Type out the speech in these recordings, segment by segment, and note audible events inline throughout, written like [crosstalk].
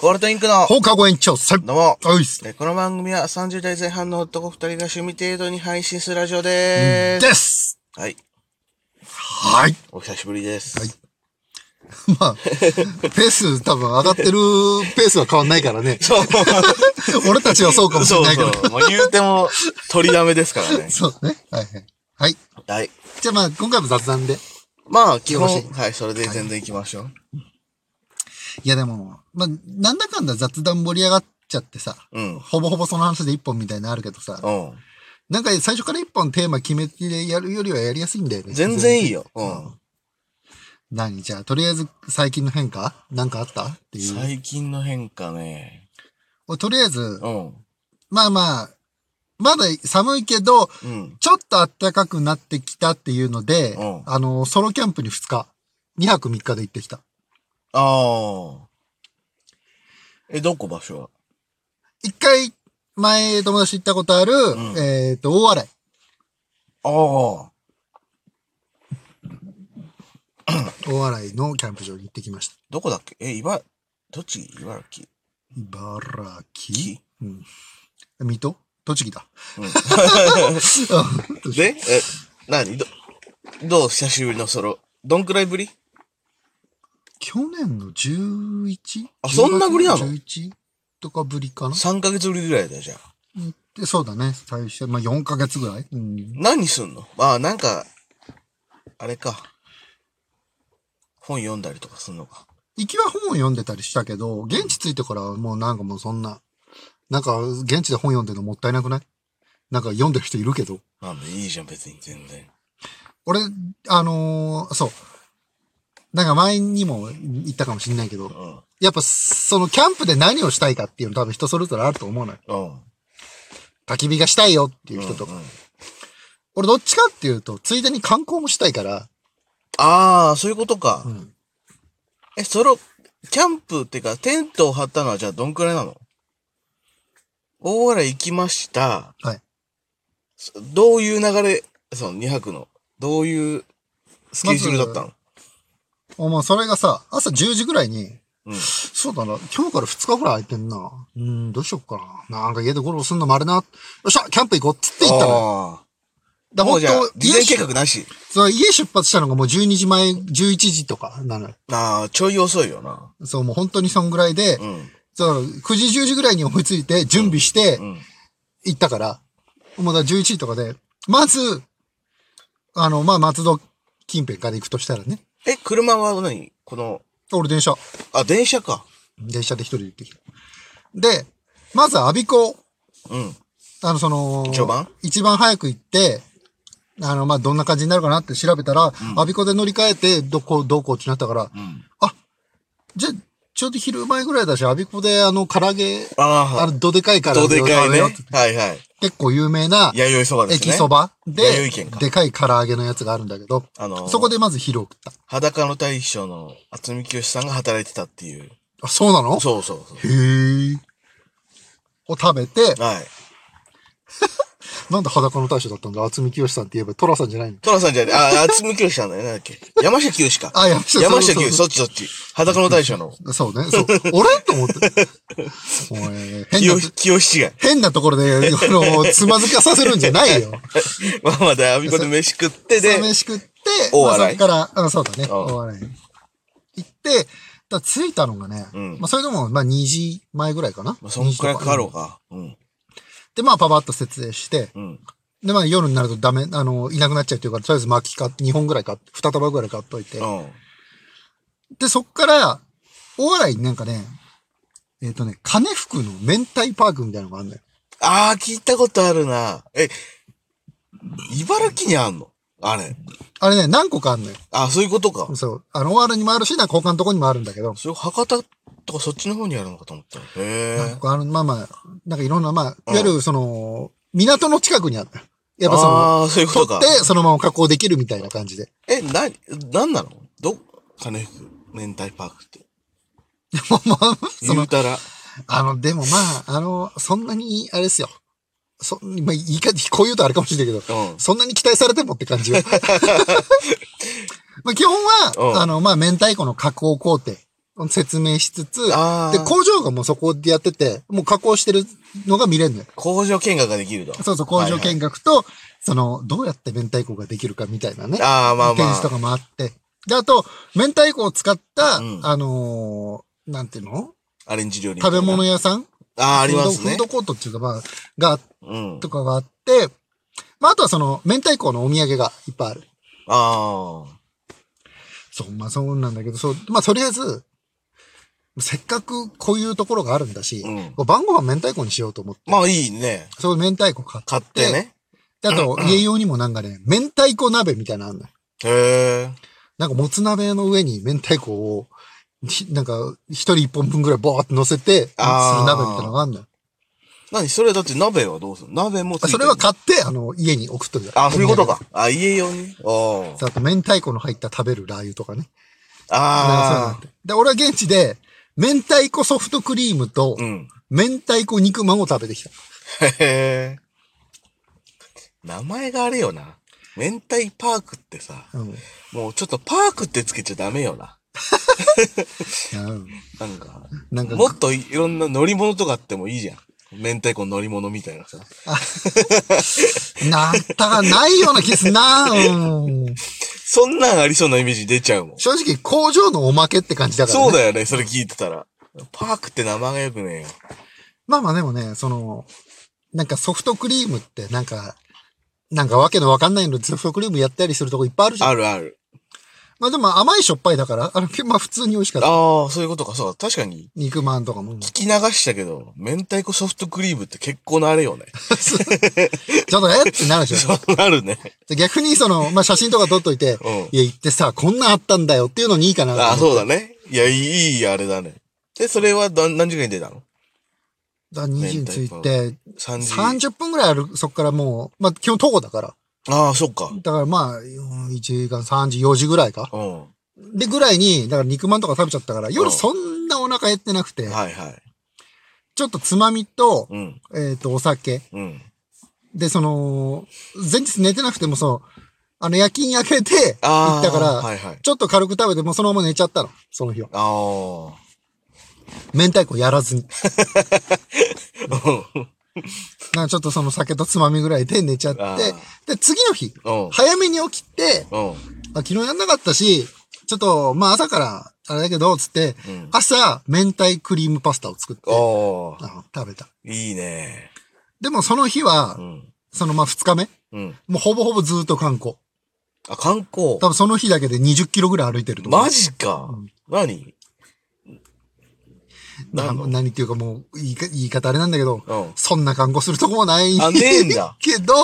ゴールドインクの、放課後延長戦。どうも、おいっす。えこの番組は30代前半の男2人が趣味程度に配信するラジオでーす。です。はい、はい。お久しぶりです。はいまあ、ペース多分上がっ [laughs] てるペースは変わんないからね。そう、俺たちはそうかもしそれうないけど。。そう、もう言うても、取りだめですからね [laughs] そうね。はいはい。はい。はい。じゃあまあ、今回も雑談で。まあ、基本、よろしいはい、それで全然行きましょう。いやでも、まあ、なんだかんだ雑談盛り上がっちゃってさ。うん。ほぼほぼその話で一本みたいなのあるけどさ。うん。なんか最初から一本テーマ決めてやるよりはやりやすいんだよね。全然いいよ。うん。何じゃあ、とりあえず最近の変化なんかあったっていう。最近の変化ね。俺とりあえず、うん。まあまあ、まだ寒いけど、うん。ちょっと暖かくなってきたっていうので、うんあの、ソロキャンプに2日、2泊3日で行ってきた。ああ。え、どこ場所は一回、前友達行ったことある、んえっ、と、大洗。ああ。大洗のキャンプ場に行ってきました。どこだっけえ、茨、栃木茨城茨城木うん。水戸栃木だ。 [laughs] で、え、何ど、どう久しぶりのソロ。どんくらいぶり去年の 11? あそんなぶりなの ?11 とかぶりかな ?3 ヶ月ぶりぐらいだよじゃあ。でそうだね。最初、まあ、4ヶ月ぐらい、うん、何すんのああ、なんか、あれか。本読んだりとかすんのか。行きは本を読んでたりしたけど、現地着いてからはもうなんかもうそんな、なんか現地で本読んでるのもったいなくないなんか読んでる人いるけど。なんでいいじゃん、別に全然。俺、あのーそう。なんか前にも言ったかもしんないけうど、ん。やっぱそのキャンプで何をしたいかっていうの多分人それぞれあると思うのよ。うん。焚き火がしたいよっていう人とか。うんうん俺どっちかっていうと、ついでに観光もしたいから、ああ、そういうことか。んえ、ソロ、キャンプっていうか、テントを張ったのはじゃあどんくらいなの大洗行きました。はい。そどういう流れ、その2泊の、どういうスケジュールだったの、もうそれがさ、朝10時ぐらいに、うんそうだな、今日から2日ぐらい空いてんな。うーん、どうしよっかな。なんか家でゴロゴロすんのもあれな。よっしゃ、キャンプ行こうっつって行ったのよ。あだあ。もうじゃあほんと、事前計家画出なし。そう、家出発したのがもう12時前、11時とかなのよ。ああ、ちょい遅いよな。そう、もう本当にそんぐらいで、うん。そう、9時、10時ぐらいに追いついて、準備してう、ん。行ったから、もうだから11時とかで、まず、あの、まあ、松戸近辺から行くとしたらね、え、車は何この、俺電車、あ、電車か。電車で一人で行ってきた。で、まずは我孫子、うん。あの、その、序盤一番早く行って、あの、まあ、どんな感じになるかなって調べたら、我孫子で乗り換えて、どこ、どうこうってなったから、んあ、じゃあ、ちょうど昼前ぐらいだし、我孫子で、あの、唐揚げ、ああの、どでかい唐あ、揚どげでをかい食べね。ようっはていはい。結構有名な、弥生そばですね。駅そばで弥生県、かでかい唐揚げのやつがあるんだけど、あのーそこでまず昼を食った。裸の大将の渥美清さんが働いてたっていう。あ、そうなのそうそうそう。へー。を食べて、はい。なんで裸の大将だったんだ渥美清さんって言えば寅さんじゃないのトラさんじゃねあ、あつむきよしさんだよ。なんだっけ。 [laughs] 山下清か。あ山下清山下清そそうっちそっち。裸の大将 [laughs] の。そうね。そう。 [laughs] 俺と思って。おい変清な、し、清し違い。変なところで、あの、つまずかさせるんじゃないよ。まあまだ、アビコで飯食って [laughs] で朝、飯食って、大まあ洗そっから、あそうだね。ん大洗行って、だ着いたのがね、うんまあそれでも、まあ2時前ぐらいかな。まあ、そんくらいかかろう2時とか。うん。で、まあパパッと設営して、うん。で、まあ夜になるとダメ、あの、いなくなっちゃうっていうから、とりあえず巻き買って、2本ぐらい買って、2束ぐらい買っといて。うん。で、そっから、大洗になんかね、えっ、とね、金福の明太パークみたいなのがあるんだよ。あー、聞いたことあるな。え、茨城にあんのあれ。あれね、何個かあるのよ。あ、そういうことか。そう。あの、大原にもあるし、なんか他のとこにもあるんだけど、それ博多とかそっちの方にあるのかと思った。へなんー。かあの、まあまあ、なんかいろんな、まあ、んいわゆるその、港の近くにあるのよ。やっぱその、あー、そういうことか。で、そのまま加工できるみたいな感じで。え、な、なんなのど、金福、明太パークって。まあまあ、そ言のう、たら。あの、でもまあ、あの、そんなに、あれですよ。そ、まあ、言い方、こう言うとあれかもしれないけど、うんそんなに期待されてもって感じよ。 [laughs] まあ、基本うんは、あの、まあ、明太子の加工工程。説明しつつ、であー、工場がもうそこでやってて、もう加工してるのが見れんのよ。工場見学ができると。そうそう、工場はいはい見学と、その、どうやって明太子ができるかみたいなね。ああ、まあ展ま示とあ。かもあって。で、あと、明太子を使った、うんあのーなんていうのアレンジ料理みたい食な。べ物屋さんああ、ありますフーねドフー。ドコートっていうか、まあ、が、うんと。かがあって、まあ、あとはその、明太子のお土産がいっぱいある。ああ。そう、まあ、そうなんだけど、そう、まあ、とりあえず、せっかくこういうところがあるんだし、うんこう晩ご飯明太子にしようと思って、まあいいね。そういう明太子買って、買ってね。で。あと、家用にもなんかね、明太子鍋みたいなのあんのよへえ。なんかもつ鍋の上に明太子を、ひなんか、一人一本分ぐらいボーって乗せて、するあー鍋みたいなのがあんのよ。何それだって鍋はどうする鍋もついてるそれは買って、あの、家に送っとる。あ、そういうことか。あ、家用に。おそう。あと、明太子の入った食べるラー油とかね。なあんかそういうのあってで、俺は現地で、明太子ソフトクリームとあ。う、ん。明太子肉まんを食べてきた。へえ。名前があれよな。明太パークってさ、うん。もうちょっとパークってつけちゃダメよな。うんなんか、なんか、もっといろんな乗り物とかあってもいいじゃん。明太子乗り物みたいなさ。なんたがないような気すんな。うんそんなんありそうなイメージ出ちゃうもん。正直、工場のおまけって感じだからね。そうだよね、それ聞いてたら。パークって名前がよくねえよ。まあまあでもね、その、なんかソフトクリームってなんか、なんかわけのわかんないのでソフトクリームやったりするとこいっぱいあるじゃん。あるある。まあでも甘いしょっぱいだから、あの、まあ普通に美味しかった。ああ、そういうことか。そう、確かに。肉まんとかも。ち聞き流したけど、明太子ソフトクリームって結構なあれよね。ょっとえってなるでしょ。そうなるね。で逆にその、まあ写真とか撮っといて、うんいや行ってさ、こんなんあったんだよっていうのにいいかなと思っあて。あ、そうだね。いや、いい、いいあれだね。で、それはだ何時間に出たのだ。2時に着いて、 ?3 時。 30分ぐらいある、そっからもう、まあ基本徒歩だから。ああ、そっか。だからまあ、1時間3時、4時ぐらいか。うん。はでぐらいに、だから肉まんとか食べちゃったから、う夜んそんなお腹減ってなくてい、はい。ちょっとつまみと、うん。えっ、と、お酒。うん。で、その、前日寝てなくても、その、あの、夜勤明けて、行ああ。ったから、はいはい。ちょっと軽く食べて、もうそのまま寝ちゃったの。その日は。ああ。明太子やらずに。うんなんかちょっとその酒とつまみぐらいで寝ちゃってあ、で、次の日、うん早めに起きて、うん。あ昨日やんなかったし、ちょっと、まあ朝から、あれだけど、つって、うん朝、明太クリームパスタを作って、おー。あの食べた。いいね。でもその日はう、ん。そのまあ2日目、うん。もうほぼほぼずっと観光。あ、観光。多分その日だけで20キロぐらい歩いてると思う。マジか。何ななんだ何っていうかもう言いか、言い方あれなんだけど、うんそんな看護するとこもない。あねえんだ [laughs] けど、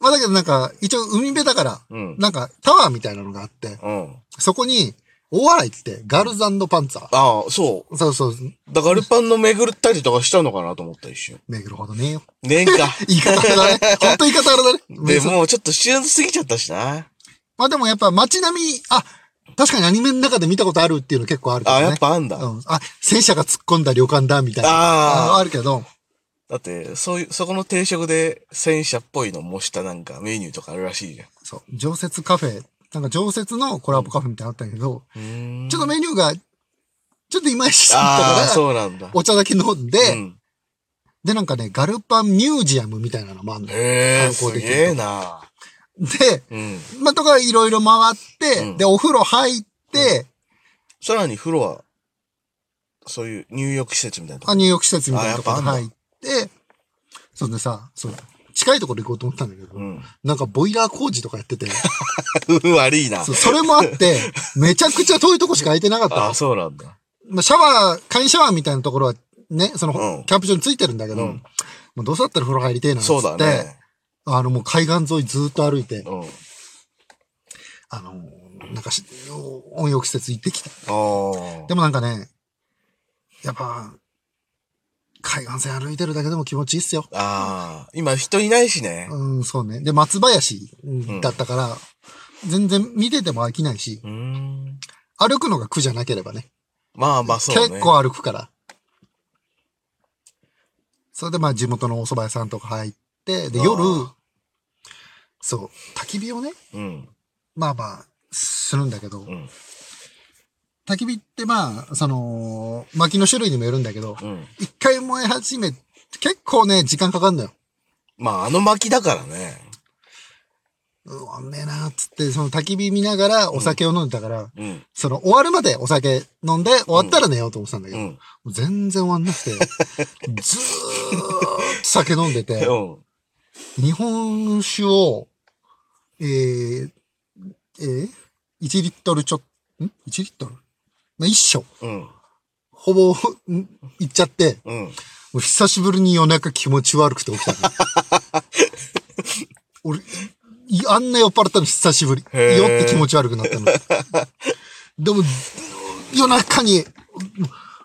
まあだけどなんか、一応海辺だから、うんなんかタワーみたいなのがあって、うん。そこに、大洗って、ガールズパンツァー。ああ、そう。そうそう、だからガルパンの巡ったりとかしたのかなと思った一瞬。巡るほどねえよ。ね [laughs] んか。言い方あ [laughs] れだね。ほんと言い方あれだね。で、そうもうちょっと知らずすぎちゃったしな。まあでもやっぱ街並み、あ、確かにアニメの中で見たことあるっていうの結構あるけどあ、ね。やっぱあんだ。うん。あ、戦車が突っ込んだ旅館だ、みたいな。あーあるけど。だって、そういう、そこの定食で戦車っぽいの模したなんかメニューとかあるらしいじゃん。そう。常設カフェ。なんか常設のコラボカフェみたいなのあったんやけど、うーん。ちょっとメニューが、ちょっといまいちだああ、ったから、そうなんだ。お茶だけ飲んで、うん。で、なんかね、ガルパンミュージアムみたいなのもあんのよ。へえ、観光すできるとげえな。で、うん。まあ、とかいろいろ回って、うんで、お風呂入って、さらに風呂は、そういう入浴施設みたいなとこあ入浴施設みたいなところあにやっぱあ入って、そんでさ、そう、近いところ行こうと思ったんだけど、うん。なんかボイラー工事とかやっ [laughs] てて、うん [laughs] 悪いな。そうそれもあって、めちゃくちゃ遠いとこしか空いてなかったのああ、そうなんだ。まあ、シャワー、簡易シャワーみたいなところはね、その、うんキャンプ場についてるんだけど、うんもうどうせだったら風呂入りてえなっつって、そうだね。あの、もう海岸沿いずーっと歩いて、うん。あの、なんかし、温浴施設行ってきた。ああ。でもなんかね、やっぱ、海岸線歩いてるだけでも気持ちいいっすよ。ああ。今人いないしね。うん、そうね。で、松林うんだったから、全然見てても飽きないし、うーん。歩くのが苦じゃなければね。まあまあ、そうね。結構歩くから。それでまあ地元のお蕎麦屋さんとか入って、であー夜、そう、焚き火をね、うん。まあまあ、するんだけど、うん。焚き火ってまあ、その、薪の種類にもよるんだけど、うん。一回燃え始め、結構ね、時間かかんのよ。まあ、あの薪だからね。うわんねえなーっつって、その焚き火見ながらお酒を飲んでたから、うん。その終わるまでお酒飲んで終わったら寝ようと思ってたんだけうど、ん。全然終わんなくて、ずーっと酒飲ん [laughs] でて、うん。日本酒を、えー、えー、1リットルちょ、ん ?1 リットルまあ、一升。うん。ほぼ、んいっちゃって、うん。もう久しぶりに夜中気持ち悪くて起きた [laughs] の。俺、いあんな酔っ払ったの久しぶり。へー酔って気持ち悪くなったの。でも、夜中に、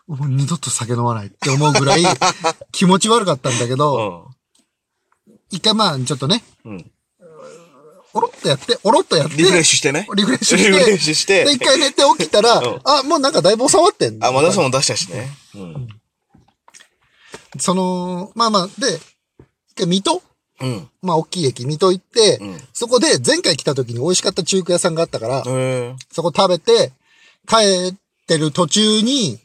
もうもう二度と酒飲まないって思うぐ [laughs] らい気持ち悪かったんだけうど、ん。一回まあちょっとね、うん。おろっとやって、おろっとやって、リフレッシュしてね。リフレッシュしてリフレッシュしてで、一回寝て起きたら、うんあ、もうなんかだいぶ収まってんあ、まだその出したしね。うん。その、まあまあ、で、一回水戸うん。まあ、大きい駅、水戸行って、うんそこで前回来た時に美味しかった中華屋さんがあったから、へえ。そこ食べて、帰ってる途中に、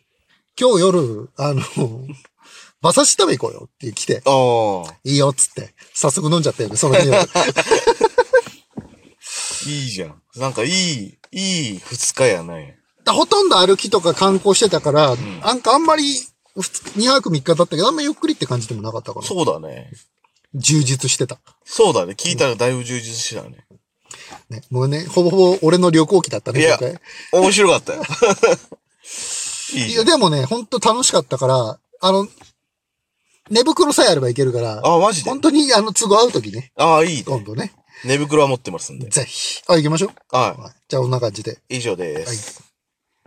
今日夜、あの、 [laughs] 馬刺し食べ行こうよって来て、ああ。いいよっつって、早速飲んじゃったよね、その [laughs] 日は。いいじゃん。なんかいい、いい二日やね。ほとんど歩きとか観光してたから、なんかあんまり、2泊3日だったけど、あんまりゆっくりって感じでもなかったから、そうだね。充実してた。そうだね。聞いたらだいぶ充実してたね。ね、もうね、ほぼほぼ俺の旅行記だったね、いや今回。面白かった [laughs] よ。いいいじゃや、ん。でもね、ほんと楽しかったから、あの、寝袋さえあればいけるから、あ、マジで本当にあの、都合合うときね、ああ、いいね。今度ね、寝袋は持ってますんで。ぜひ。あ、行きましょう。ははいじゃあ、こんな感じで。い。以上です。